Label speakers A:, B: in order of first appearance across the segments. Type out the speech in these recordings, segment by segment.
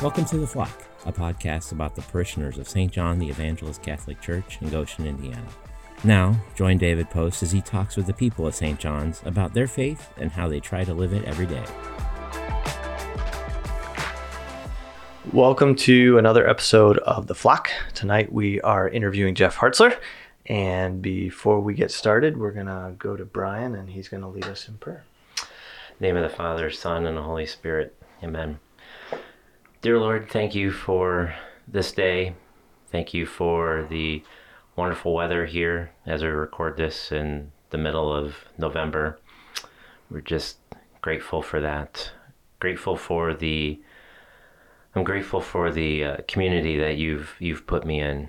A: Welcome to The Flock, a podcast about the parishioners of St. John the Evangelist Catholic Church in Goshen, Indiana. Now, join David Post as he talks with the people of St. John's about their faith and how they try to live it every day.
B: Welcome to another episode of The Flock. Tonight we are interviewing Jeff Hartzler. And before we get started, we're going to go to Brian and he's going to lead us in prayer.
C: name of the Father, Son, and the Holy Spirit. Amen. Dear Lord, thank you for this day. Thank you for the wonderful weather here as we record this in the middle of November. We're just grateful for that. Grateful for the I'm grateful for the uh, community that you've you've put me in.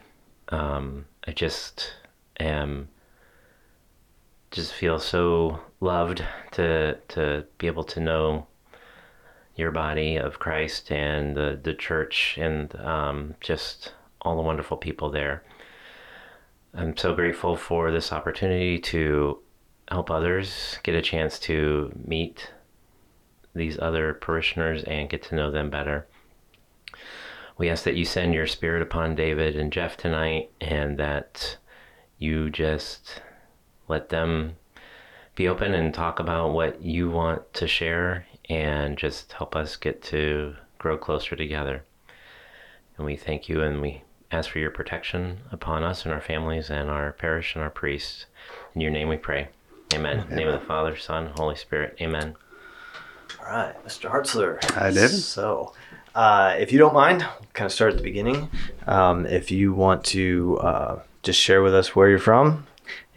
C: Um, I just am just feel so loved to to be able to know your body of Christ and the, the church and um, just all the wonderful people there. I'm so grateful for this opportunity to help others get a chance to meet these other parishioners and get to know them better. We ask that you send your spirit upon David and Jeff tonight and that you just let them be open and talk about what you want to share and just help us get to grow closer together. And we thank you and we ask for your protection upon us and our families and our parish and our priests. In your name we pray. Amen. In the name of the Father, Son, Holy Spirit. Amen.
B: All right, Mr. Hartzler.
D: Hi, David.
B: So, uh, if you don't mind, kind of start at the beginning. Um, if you want to uh, just share with us where you're from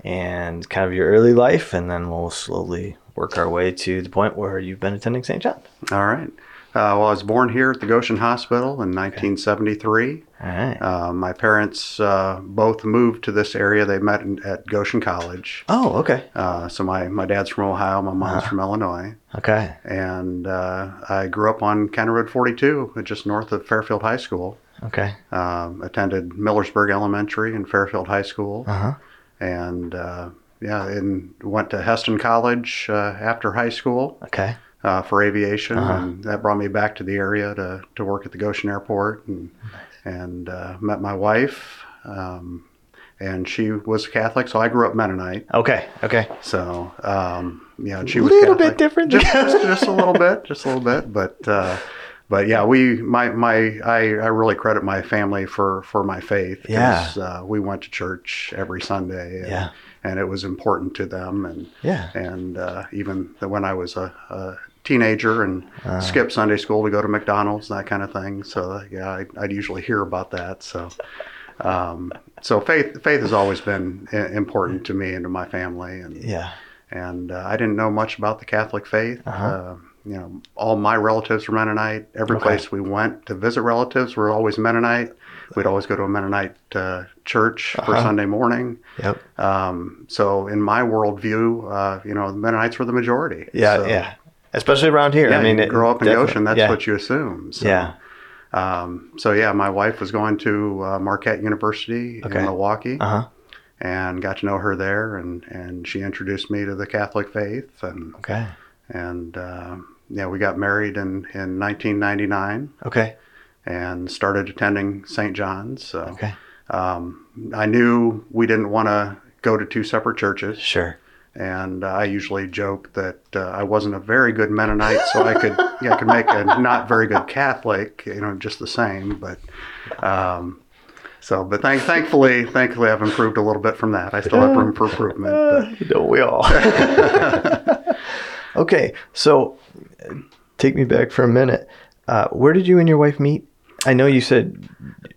B: and kind of your early life, and then we'll slowly work our way to the point where you've been attending St. John.
D: All right. Uh, well, I was born here at the Goshen Hospital in 1973.
B: All right.
D: Uh, my parents uh, both moved to this area. They met in, at Goshen College.
B: oh, okay.
D: Uh, so my, my dad's from Ohio, my mom's from Illinois,
B: Okay.
D: and uh, I grew up on County Road 42, just north of Fairfield High School.
B: Okay.
D: Um, attended Millersburg Elementary and Fairfield High School,
B: Uh huh.
D: and uh, yeah, and went to Heston College uh, after high school.
B: Okay.
D: uh, for aviation,
B: Uh-huh.
D: and that brought me back to the area to, to work at the Goshen Airport, and and uh, met my wife, um, and she was Catholic, so I grew up Mennonite.
B: Okay. Okay.
D: So um, yeah, and she
B: A
D: was
B: little bit
D: Catholic.
B: different.
D: just, just just a little bit, just a little bit, but. Uh, but yeah, we my my I, I really credit my family for for my faith. 'cause, uh, we went to church every Sunday. And,
B: Yeah.
D: and it was important to them, and
B: Yeah.
D: and uh, even the, when I was a, a teenager and
B: Uh,
D: skipped Sunday school to go to McDonald's and that kind of thing. So yeah, I, I'd usually hear about that. So, um, so faith faith has always been i- important to me and to my family, and
B: Yeah.
D: and uh, I didn't know much about the Catholic faith. uh
B: Uh-huh.
D: you know, all my relatives were Mennonite. Every
B: Okay.
D: place we went to visit relatives were always Mennonite. We'd always go to a Mennonite uh, church for
B: Uh-huh.
D: Sunday morning.
B: Yep.
D: Um, so in my worldview, uh, you know, the Mennonites were the majority.
B: Yeah.
D: So,
B: yeah. Especially around here.
D: Yeah,
B: I mean,
D: you
B: it-
D: grow up in
B: definitely-
D: Goshen, that's
B: yeah.
D: what you assume. So,
B: yeah.
D: Um, so yeah, my wife was going to uh, Marquette University
B: Okay.
D: in Milwaukee,
B: Uh huh.
D: and got to know her there, and and she introduced me to the Catholic faith, and
B: Okay.
D: and uh, yeah, we got married in in 1999
B: Okay.
D: and started attending St. John's. So
B: Okay.
D: um, I knew we didn't want to go to two separate churches.
B: Sure.
D: and uh, I usually joke that uh, I wasn't a very good Mennonite, so I could yeah, I could make a not very good Catholic, you know, just the same. But um, so, but thank, thankfully, thankfully, I've improved a little bit from that. I still have room for improvement. But,
B: Don't Uh, we all? okay. So uh, take me back for a minute. Uh, where did you and your wife meet? I know you said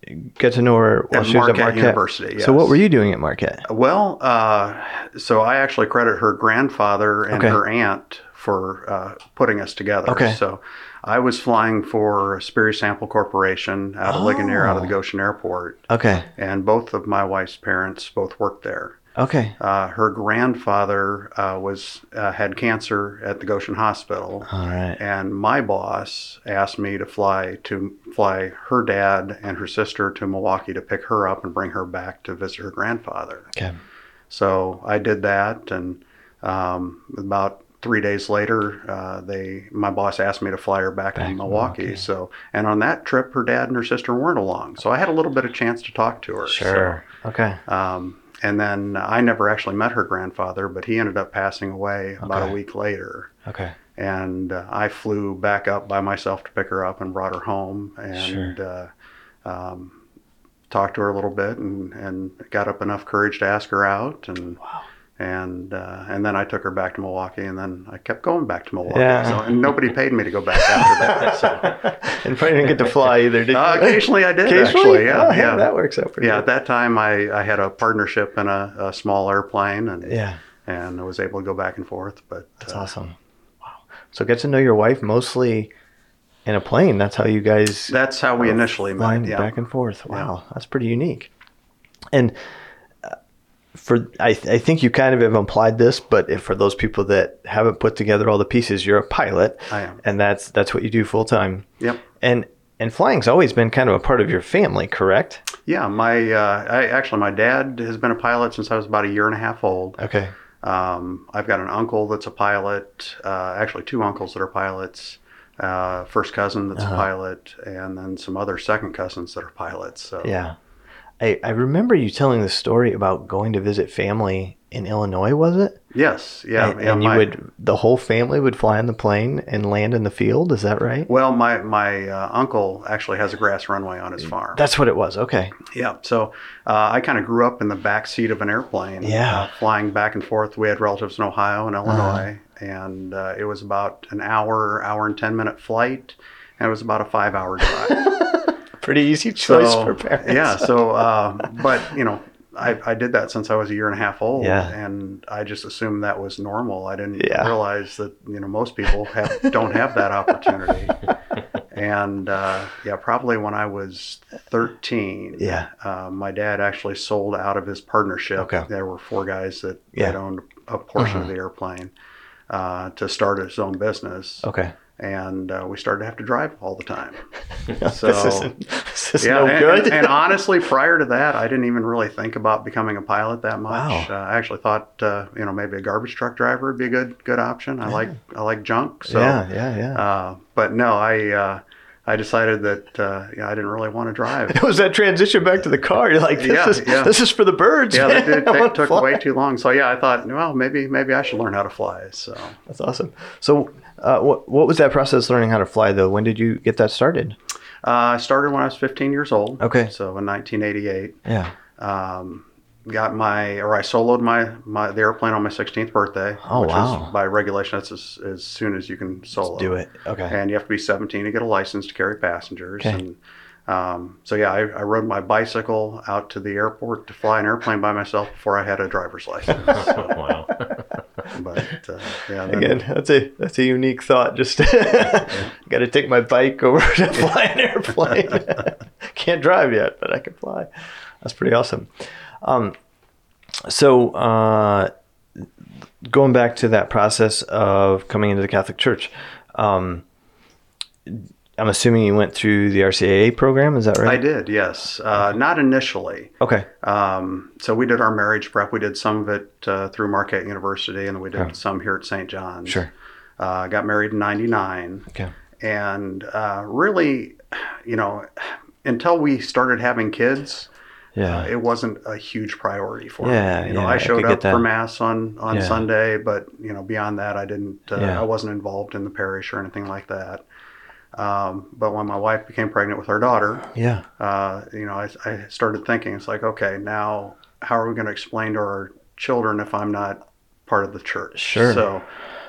B: you got to know her while
D: At
B: she was at
D: Marquette
B: Marquette
D: University,
B: So what
D: yes.
B: were you doing at Marquette?
D: well, uh, so I actually credit her grandfather and
B: Okay.
D: her aunt for uh, putting us together.
B: Okay.
D: So I was flying for Sperry Sample Corporation out of Ligonier, out of the
B: Oh.
D: Goshen Airport,
B: Okay.
D: and both of my wife's parents both worked there.
B: Okay.
D: Uh, her grandfather uh, was uh, had cancer at the Goshen Hospital,
B: All right.
D: and my boss asked me to fly to fly her dad and her sister to Milwaukee to pick her up and bring her back to visit her grandfather.
B: Okay.
D: So I did that, and um, about three days later, uh, they my boss asked me to fly her back,
A: Back
D: to
A: to
D: Milwaukee.
A: Milwaukee.
D: So, and on that trip, her dad and her sister weren't along. So I had a little bit of chance to talk to her. So,
B: Sure. Okay.
D: um, and then I never actually met her grandfather, but he ended up passing away about
B: Okay.
D: a week later.
B: Okay.
D: And uh, I flew back up by myself to pick her up and brought her home and uh, um, talked to her a little bit and, and got up enough courage to ask her out. And
B: Wow.
D: and uh, and then I took her back to Milwaukee, and then I kept going back to Milwaukee.
B: Yeah.
D: So, and nobody paid me to go back after that. So.
B: and probably didn't get to fly either, did you?
D: Uh, occasionally I did,
B: Occasionally?
D: actually. Yeah,
B: Oh, hey,
D: yeah.
B: That works out pretty
D: yeah, at
B: good.
D: that time I, I had a partnership in a, a small airplane and
B: yeah.
D: and I was able to go back and forth. But
B: That's
D: uh,
B: awesome. Wow. So get to know your wife mostly in a plane. That's how you guys
D: that's how we initially
B: flying
D: met. Yeah.
B: back and forth. Wow, that's pretty unique. And uh, for I, th- I think you kind of have implied this, but if for those people that haven't put together all the pieces, you're a pilot.
D: I am.
B: and that's that's what you do full time.
D: Yep.
B: And and flying's always been kind of a part of your family, correct?
D: Yeah. My uh, I, actually my dad has been a pilot since I was about a year and a half old.
B: Okay.
D: Um, I've got an uncle that's a pilot, uh, actually two uncles that are pilots, uh, first cousin that's
B: Uh-huh.
D: a pilot, and then some other second cousins that are pilots. So
B: Yeah. I, I remember you telling the story about going to visit family in Illinois, was it?
D: yes, yeah,
B: and,
D: yeah,
B: and
D: my-
B: you would the whole family would fly in the plane and land in the field. Is that right?
D: Well, my my uh, uncle actually has a grass runway on his farm.
B: That's what it was. Okay.
D: Yeah. So uh, I kind of grew up in the back seat of an airplane.
B: Yeah.
D: uh, flying back and forth. We had relatives in Ohio and Illinois, and uh, it was about an hour, hour and ten minute flight, and it was about a five hour drive.
B: Pretty easy
D: So,
B: choice for parents.
D: Yeah. So, uh, but you know. I, I did that since I was a year and a half old,
B: Yeah.
D: and I just assumed that was normal. I didn't
B: Yeah.
D: realize that you know most people have, don't have that opportunity. and uh, yeah, probably when I was thirteen,
B: Yeah.
D: uh, my dad actually sold out of his partnership.
B: Okay.
D: There were four guys that,
B: Yeah. Uh-huh.
D: that owned a portion of the airplane uh, to start his own business.
B: Okay.
D: And uh, we started to have to drive all the time.
B: this
D: So-
B: isn't this is
D: yeah,
B: no
D: and,
B: good.
D: and- and honestly, prior to that, I didn't even really think about becoming a pilot that much.
B: Wow.
D: Uh, I actually thought, uh, you know, maybe a garbage truck driver would be a good good option. I like I like junk. So,
B: yeah, yeah, yeah.
D: uh, but no, I uh, I decided that uh, yeah, I didn't really want to drive.
B: it was that transition back to the car. You're like, this
D: Yeah,
B: is
D: yeah.
B: this is for the birds.
D: yeah,
B: man.
D: that, did,
B: I wanna
D: that took
B: fly.
D: way too long. So yeah, I thought, well, maybe maybe I should learn how to fly. So
B: That's awesome. So, uh, what what was that process learning how to fly though? When did you get that started?
D: uh, I started when I was 15 years old.
B: Okay.
D: So in 1988,
B: Yeah.
D: um, got my or I soloed my my the airplane on my 16th birthday.
B: Oh,
D: which
B: wow.
D: Is, by regulation, that's as, as soon as you can solo.
B: Do it. Okay.
D: And you have to be 17 to get a license to carry passengers.
B: Okay.
D: And um, so yeah, I, I rode my bicycle out to the airport to fly an airplane by myself before I had a driver's license.
C: wow.
D: but uh, yeah, then-
B: Again, that's a that's a unique thought. Just got to take my bike over to fly an airplane. Can't drive yet, but I can fly. That's pretty awesome. Um, so uh, going back to that process of coming into the Catholic Church, um, I'm assuming you went through the RCAA program. Is that right?
D: I did, yes. Uh, not initially.
B: Okay.
D: Um, so we did our marriage prep. We did some of it uh, through Marquette University, and we did
B: Okay.
D: some here at St. John's.
B: Oh. Sure.
D: Uh, got married in '99,
B: Okay.
D: and uh, really, you know, until we started having kids,
B: Yeah.
D: it wasn't a huge priority for
B: Yeah,
D: me. You know,
B: yeah, I
D: I
B: could
D: showed
B: get
D: up
B: that.
D: for mass on on
B: Yeah.
D: Sunday, but you know, beyond that, I didn't. Uh,
B: Yeah.
D: I wasn't involved in the parish or anything like that. Um, but when my wife became pregnant with our daughter,
B: yeah.
D: uh, you know, I, I started thinking, it's like, okay, now how are we going to explain to our children if I'm not part of the church?
B: Sure.
D: So,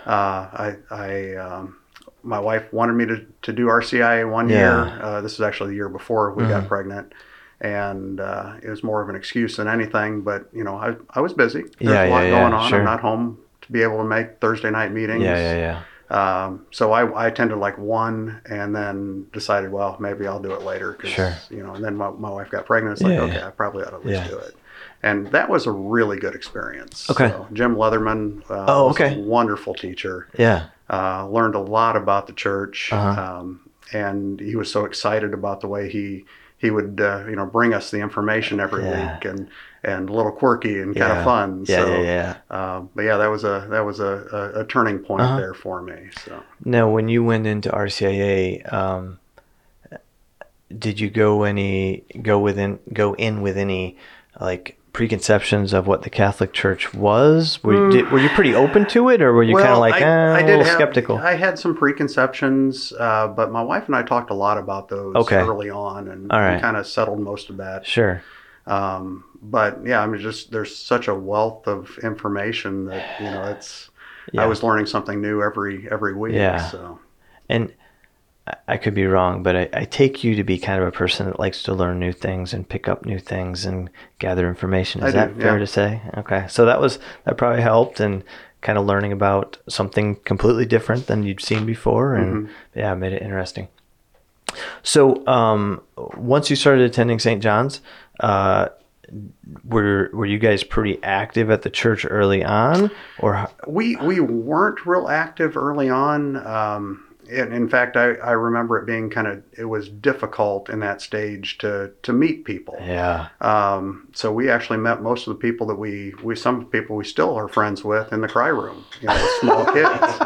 D: uh, I, I, um, my wife wanted me to, to do RCIA one
B: Yeah.
D: year. Uh, this was actually the year before we
B: Mhm.
D: got pregnant. And uh, it was more of an excuse than anything, but you know, I, I was busy. There's
B: Yeah,
D: a lot
B: yeah, yeah,
D: going on.
B: sure.
D: I'm not home to be able to make Thursday night meetings.
B: Yeah. Yeah. Yeah.
D: Um, so I, I attended like one and then decided, well, maybe I'll do it later. 'cause,
B: Sure.
D: You know, and then my, my wife got pregnant. It's like,
B: Yeah,
D: okay,
B: yeah.
D: I probably ought to at least
B: Yeah.
D: do it. And that was a really good experience.
B: Okay.
D: So Jim Leatherman uh,
B: Oh,
D: was a
B: okay.
D: wonderful teacher.
B: Yeah.
D: Uh, learned a lot about the church.
B: Uh-huh.
D: Um, and he was so excited about the way he he would uh, you know bring us the information every
B: Yeah.
D: week and and a little quirky and kind
B: Yeah.
D: of fun.
B: Yeah,
D: so,
B: yeah, yeah.
D: Uh, but yeah, that was a that was a, a, a turning point
B: Uh-huh.
D: there for me. So
B: Now, when you went into RCIA, um, did you go any go within go in with any like preconceptions of what the Catholic Church was? Were,
D: Mm.
B: you did, were you pretty open to it, or were you kind of like eh, a little
D: have-
B: skeptical?
D: I had some preconceptions, uh, but my wife and I talked a lot about those
B: Okay.
D: early on, and
B: All right.
D: kind of settled most of that.
B: sure.
D: Um, but yeah, I mean, just there's such a wealth of information that you know it's.
B: Yeah.
D: I was learning something new every every week.
B: Yeah.
D: So
B: And I- I could be wrong, but I, I take you to be kind of a person that likes to learn new things and pick up new things and gather information.
D: I
B: Is
D: do,
B: that fair
D: yeah.
B: to say? Okay. So that was that probably helped and kind of learning about something completely different than you'd seen before and
D: Mm-hmm.
B: yeah, made it interesting. So um, once you started attending St. John's, uh, were were you guys pretty active at the church early on, or h-
D: we we weren't real active early on. Um, and in fact, I, I remember it being kind of it was difficult in that stage to to meet people.
B: yeah,
D: Um, so we actually met most of the people that we we some people we still are friends with in the cry room, you know, with small kids.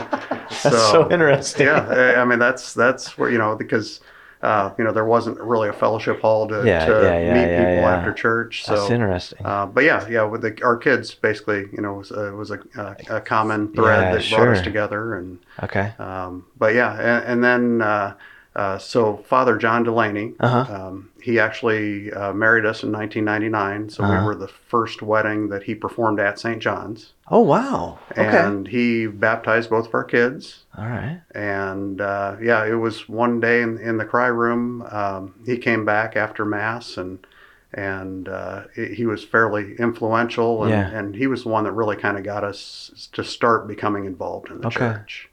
B: that's so, interesting.
D: yeah, eh, I- I mean that's that's where you know because uh, you know there wasn't really a fellowship hall to,
B: Yeah,
D: to
B: yeah, yeah,
D: meet
B: yeah,
D: people
B: yeah.
D: after church.
B: That's
D: So,
B: interesting.
D: uh, but yeah, yeah, with the, our kids basically, you know, was a, was a, a, a common thread
B: Yeah,
D: that brought
B: sure.
D: us together, and
B: Okay.
D: um, but yeah, and, and then uh, uh, so Father John Delaney,
B: Uh-huh.
D: um, he actually uh, married us in 1999, so
B: Uh-huh.
D: we were the first wedding that he performed at St. John's,
B: Oh wow. Okay.
D: and he baptized both of our kids
B: All right.
D: and uh, yeah, it was one day in, in the cry room. Um, he came back after mass, and and uh, he he was fairly influential, and,
B: Yeah.
D: and he was the one that really kind of got us to start becoming involved in the
B: Okay.
D: church.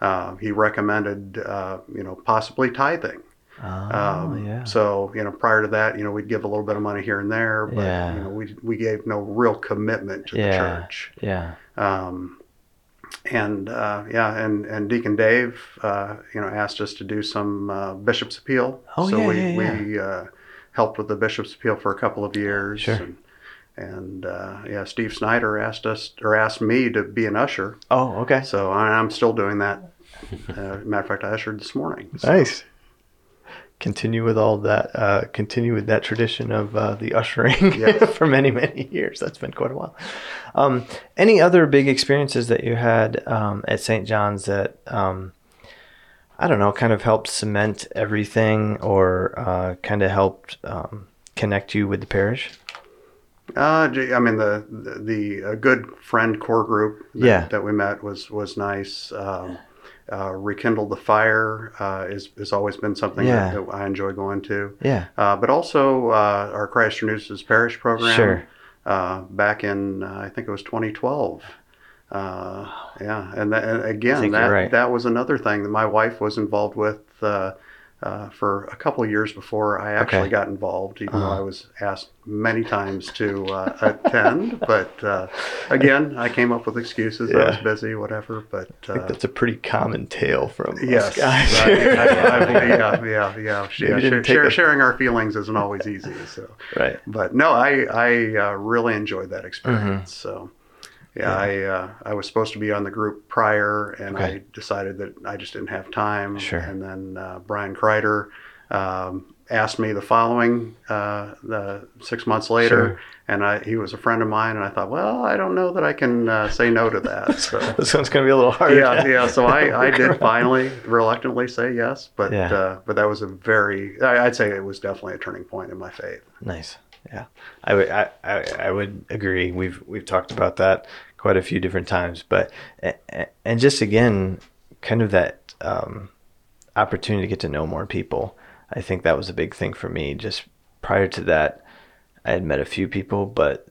D: Uh, he recommended, uh, you know, possibly tithing.
B: Oh
D: Um,
B: yeah.
D: So you know, prior to that, you know, we'd give a little bit of money here and there, but
B: Yeah.
D: you know, we we gave no real commitment to
B: Yeah.
D: the church
B: yeah.
D: um, and uh, yeah, and and Deacon Dave, uh, you know, asked us to do some uh, bishop's appeal.
B: Oh,
D: so
B: yeah,
D: we
B: yeah, yeah.
D: we uh, helped with the bishop's appeal for a couple of years.
B: Sure.
D: And, and uh, yeah, Steve Snyder asked us or asked me to be an usher,
B: Oh okay.
D: so I, I'm still doing that. Uh, matter of fact, I ushered this morning. So,
B: Nice. Continue with all that. Uh, continue with that tradition of uh, the ushering
D: Yes.
B: for many many years. That's been quite a while. Um, any other big experiences that you had um, at St. John's that um, I don't know, kind of helped cement everything, or uh, kind of helped um, connect you with the parish?
D: Uh, gee, I mean, the the, the uh, good friend core group that,
B: Yeah.
D: that we met was was nice. Um, uh, Rekindle the fire uh, is has always been something
B: Yeah.
D: that, that I enjoy going to.
B: Yeah.
D: Uh, but also uh, our Christ Renews Parish program.
B: Sure.
D: Uh, back in uh, I think it was 2012. Uh, yeah, and, tha- and again,
B: think you're
D: that
B: right.
D: that was another thing that my wife was involved with. Uh, uh, for a couple of years before I actually
B: Okay.
D: got involved, even
B: Uh-huh.
D: though I was asked many times to uh, attend. But uh, again, I came up with excuses. I was
B: Yeah.
D: busy, whatever. But
B: I think
D: uh,
B: that's a pretty common tale from us
D: yes,
B: guys.
D: I- I- I- yeah, yeah, yeah.
B: Maybe
D: yeah,
B: didn't
D: share-
B: take
D: share-
B: a-
D: sharing our feelings isn't always easy. So
B: right.
D: but no, I I uh, really enjoyed that
B: Mm-hmm.
D: experience. So yeah, I uh, I was supposed to be on the group prior, and I
B: Okay.
D: decided that I just didn't have time.
B: Sure.
D: And then uh, Brian Kreider um, asked me the following uh, the six months later,
B: Sure.
D: and I he was a friend of mine, and I thought, well, I don't know that I can uh, say no to that. So.
B: This one's gonna be a little hard.
D: Yeah, yeah. So I, I did finally reluctantly say yes, but
B: Yeah.
D: uh, but that was a very I, I'd say it was definitely a turning point in my faith.
B: Nice. Yeah, I would. I, I, I would agree. We've we've talked about that quite a few different times, but a- a- and just again, kind of that um, opportunity to get to know more people. I think that was a big thing for me. Just prior to that, I had met a few people, but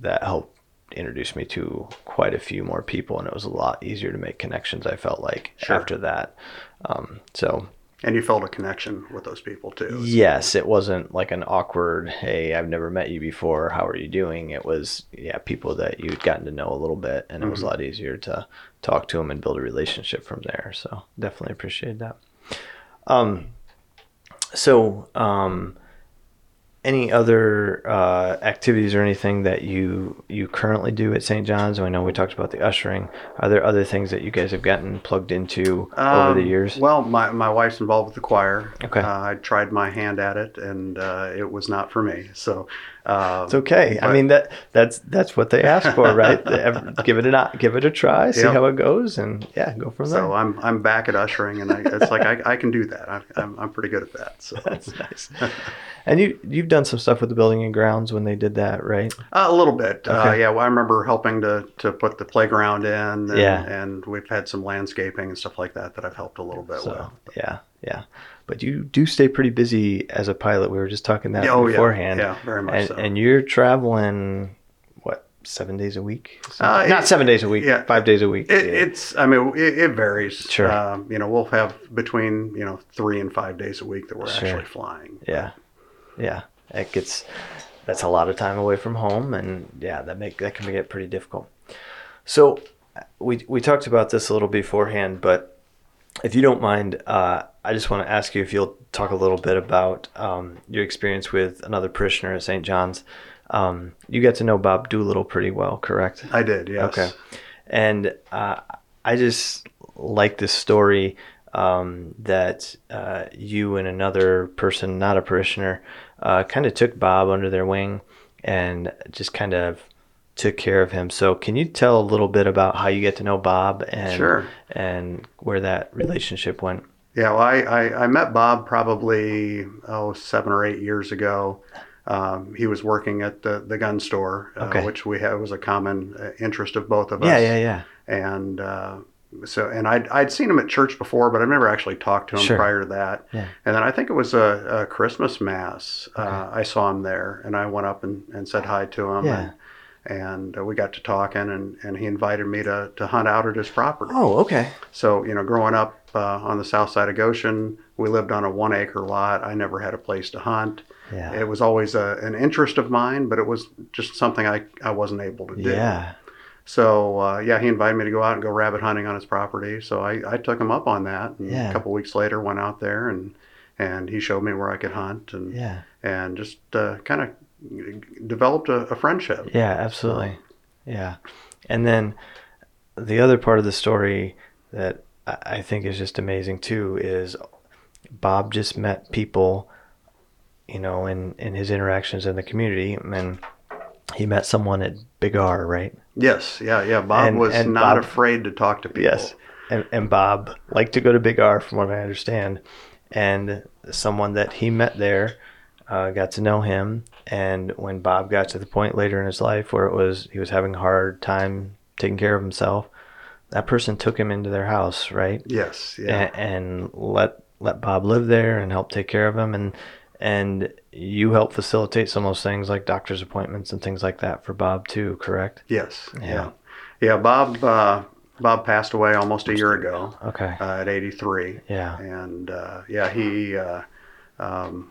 B: that helped introduce me to quite a few more people, and it was a lot easier to make connections. I felt like
D: Sure.
B: after that. Um, so
D: and you felt a connection with those people too.
B: Yes, it wasn't like an awkward, hey, I've never met you before. How are you doing? It was, yeah, people that you'd gotten to know a little bit, and it was a
D: Mm-hmm.
B: lot easier to talk to them and build a relationship from there. So definitely appreciate that. Um, so um, any other uh, activities or anything that you you currently do at St. John's? I know we talked about the ushering. Are there other things that you guys have gotten plugged into over
D: Um,
B: the years?
D: Well, my, my wife's involved with the choir.
B: Okay.
D: Uh, I tried my hand at it, and uh, it was not for me. So, uh,
B: It's okay. I
D: but-
B: mean that that's that's what they ask for, right? They ev- give it a not, give it a try, see
D: Yep.
B: how it goes, and yeah, go from there.
D: so uh, I'm I'm back at ushering, and I, it's like I, I can do that. I, I'm I'm pretty good at that. So
B: that's nice. and you you've done some stuff with the building and grounds when they did that, right?
D: Uh, a little bit. Uh,
B: Okay.
D: yeah, well, I remember helping to, to put the playground in. And,
B: Yeah.
D: And we've had some landscaping and stuff like that that I've helped a little bit with.
B: So yeah, yeah. But you do stay pretty busy as a pilot. We were just talking that
D: oh,
B: beforehand.
D: yeah. Yeah, very much
B: and,
D: so.
B: and you're traveling what seven days a week?
D: Uh,
B: Not
D: it-
B: seven days a week.
D: yeah.
B: five days a week.
D: it,
B: yeah.
D: It's, I mean, it, it varies.
B: Sure.
D: Um, you know, we'll have between, you know, three and five days a week that we're
B: Sure.
D: actually flying.
B: Yeah, yeah. It gets that's a lot of time away from home, and yeah, that make that can get pretty difficult. So we we talked about this a little beforehand, but if you don't mind, uh, I just want to ask you if you'll talk a little bit about um, your experience with another parishioner at St. John's. Um, you got to know Bob Doolittle pretty well, correct?
D: I did, yes.
B: Okay. And uh, I just like this story um, that uh, you and another person, not a parishioner, uh, kind of took Bob under their wing and just kind of took care of him. So, can you tell a little bit about how you get to know Bob and
D: Sure.
B: and where that relationship went?
D: Yeah, well, I, I, I met Bob probably oh seven or eight years ago. Um, he was working at the, the gun store, uh,
B: Okay.
D: which we had was a common uh, interest of both of us.
B: Yeah, yeah, yeah.
D: and uh, so and I'd, I'd seen him at church before but i've never actually talked to him
B: Sure.
D: prior to that
B: Yeah.
D: and then i think it was a, a christmas mass uh, i saw him there and i went up and, and said hi to him
B: Yeah.
D: and, and uh, we got to talking and, and he invited me to, to hunt out at his property
B: Oh, okay.
D: so you know growing up uh, on the south side of goshen we lived on a one acre lot i never had a place to hunt
B: Yeah.
D: it was always a, an interest of mine but it was just something i, I wasn't able to do
B: Yeah.
D: so uh, yeah, he invited me to go out and go rabbit hunting on his property. So I, I took him up on that. And
B: Yeah.
D: A couple weeks later, went out there and and he showed me where I could hunt and
B: Yeah.
D: and just uh, kind of developed a, a friendship.
B: Yeah, absolutely. Yeah. And then the other part of the story that I I think is just amazing too is Bob just met people, you know, in, in his interactions in the community and he met someone at Big R, right?
D: Yes, yeah, yeah. Bob
B: And-
D: was
B: and
D: not
B: Bob-
D: afraid to talk to people.
B: Yes. And, and Bob liked to go to Big R, from what I understand. And someone that he met there uh, got to know him. And when Bob got to the point later in his life where it was he was having a hard time taking care of himself, that person took him into their house, right?
D: Yes, yeah.
B: A- And, let let Bob live there and help take care of him. And and you help facilitate some of those things like doctor's appointments and things like that for Bob too, correct?
D: Yes.
B: Yeah.
D: Yeah. Yeah. Bob uh, Bob passed away almost a year ago
B: Okay.
D: uh, at 83.
B: Yeah.
D: and uh, yeah, he uh, um,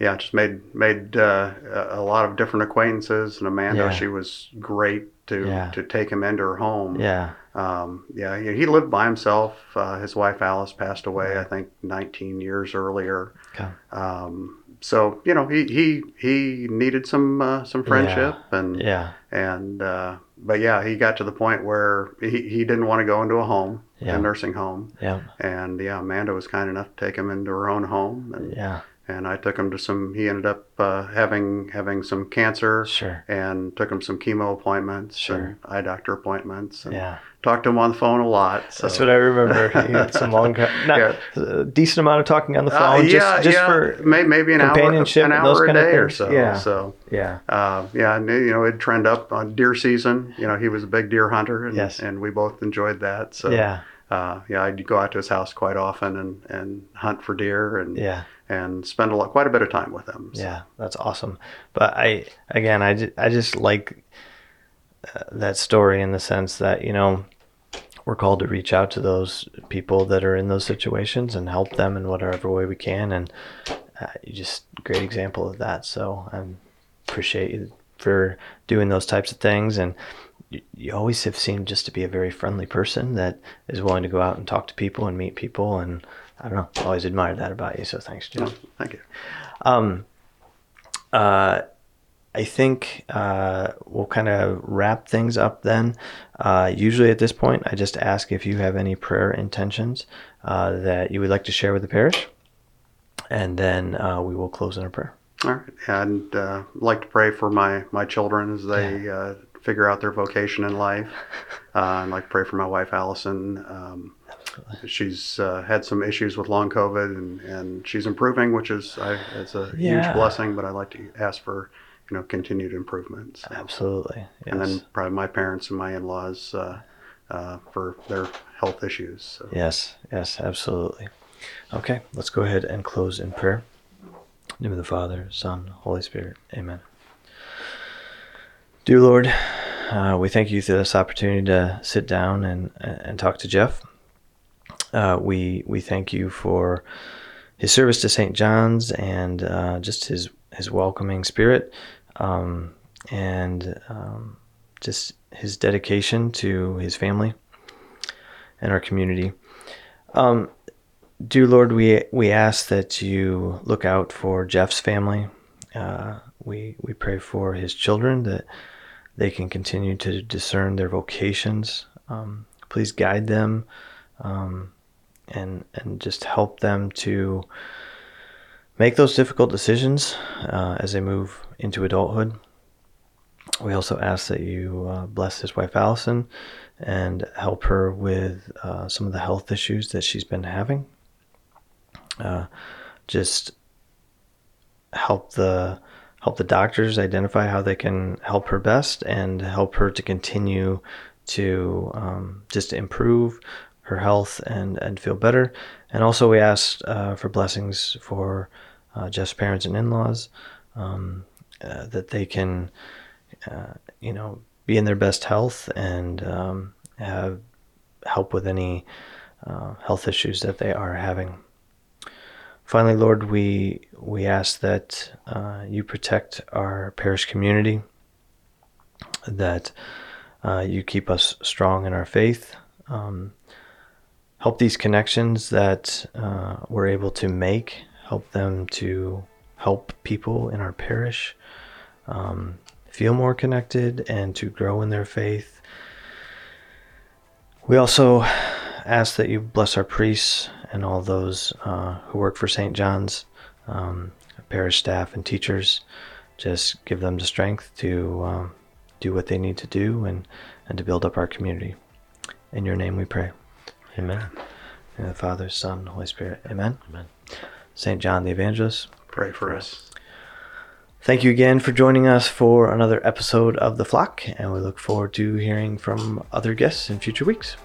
D: yeah just made made uh, a a lot of different acquaintances. And Amanda,
B: Yeah.
D: she was great to
B: Yeah.
D: to take him into her home.
B: Yeah.
D: um, yeah. He, he lived by himself. Uh, his wife Alice passed away, I think, 19 years earlier.
B: Okay.
D: Um, so you know, he he he needed some uh, some friendship and
B: Yeah.
D: and uh, but yeah, he got to the point where he, he didn't want to go into a home,
B: Yeah.
D: a nursing home.
B: Yeah.
D: And yeah, Amanda was kind enough to take him into her own home, and
B: Yeah.
D: and I took him to some. He ended up uh, having having some cancer,
B: Sure.
D: and took him some chemo appointments,
B: Sure.
D: and eye doctor appointments, and
B: Yeah,
D: talked to him on the phone a lot. So.
B: that's what I remember. He had some long, co- not a decent amount of talking on the phone, just just for
D: Uh, may, maybe an hour,
B: companionship
D: an
B: and those
D: hour a
B: kind of
D: day or
B: things.
D: so.
B: Yeah.
D: So
B: yeah,
D: uh, yeah, and you know it'd trend up on deer season. You know he was a big deer hunter, and,
B: Yes.
D: and we both enjoyed that. So
B: yeah,
D: uh, yeah, I'd go out to his house quite often and and hunt for deer and
B: yeah,
D: and spend a lot, quite a bit of time with him. So,
B: yeah. That's awesome. But I again, I just, I just like uh, that story in the sense that you know we're called to reach out to those people that are in those situations and help them in whatever way we can, and uh, you just great example of that. So I appreciate you for doing those types of things and. you- You always have seemed just to be a very friendly person that is willing to go out and talk to people and meet people, and I don't know, I always admired that about you. So thanks, Jim.
D: Thank you.
B: Um, uh, I think uh, we'll kind of wrap things up then. Uh, usually at this point, I just ask if you have any prayer intentions uh, that you would like to share with the parish, and then uh, we will close in a prayer.
D: All right, and uh, like to pray for my my children as they uh, figure out their vocation in life. Uh, and like to pray for my wife Allison. Um, she's uh, had some issues with long COVID, and, and she's improving, which is I, it's a
B: Yeah.
D: huge blessing. But I like to ask for you know continued improvements,
B: Absolutely. Uh, Yes.
D: and then probably my parents and my in laws uh, uh, for their health issues. So.
B: Yes, yes, absolutely. Okay, let's go ahead and close in prayer. In the name of the Father, Son, Holy Spirit. Amen. Dear Lord, uh, we thank you for this opportunity to sit down and and talk to Jeff. Uh, we we thank you for his service to St. John's and uh, just his his welcoming spirit, um, and um, just his dedication to his family and our community. Um, dear Lord, we we ask that you look out for Jeff's family. Uh, we we pray for his children that they can continue to discern their vocations. Um, please guide them, um, and and just help them to make those difficult decisions uh, as they move into adulthood. We also ask that you uh, bless his wife Allison and help her with uh, some of the health issues that she's been having. Uh, just help the help the doctors identify how they can help her best and help her to continue to um, just improve her health and and feel better. And also, we asked uh, for blessings for uh, Jeff's parents and in-laws um, uh, that they can uh, you know, be in their best health and um, have help with any uh, health issues that they are having. Finally, Lord, we we ask that uh, you protect our parish community, that uh, you keep us strong in our faith. Um, help these connections that uh, we're able to make. Help them to help people in our parish um, feel more connected and to grow in their faith. We also ask that you bless our priests and all those uh, who work for St. John's, um, parish staff, and teachers. Just give them the strength to um, do what they need to do and, and to build up our community. In your name we pray.
C: Amen.
B: In the name of the Father, Son, and Holy Spirit. Amen.
C: Amen.
B: St. John the Evangelist,
D: Pray for us.
B: Thank you again for joining us for another episode of The Flock, and we look forward to hearing from other guests in future weeks.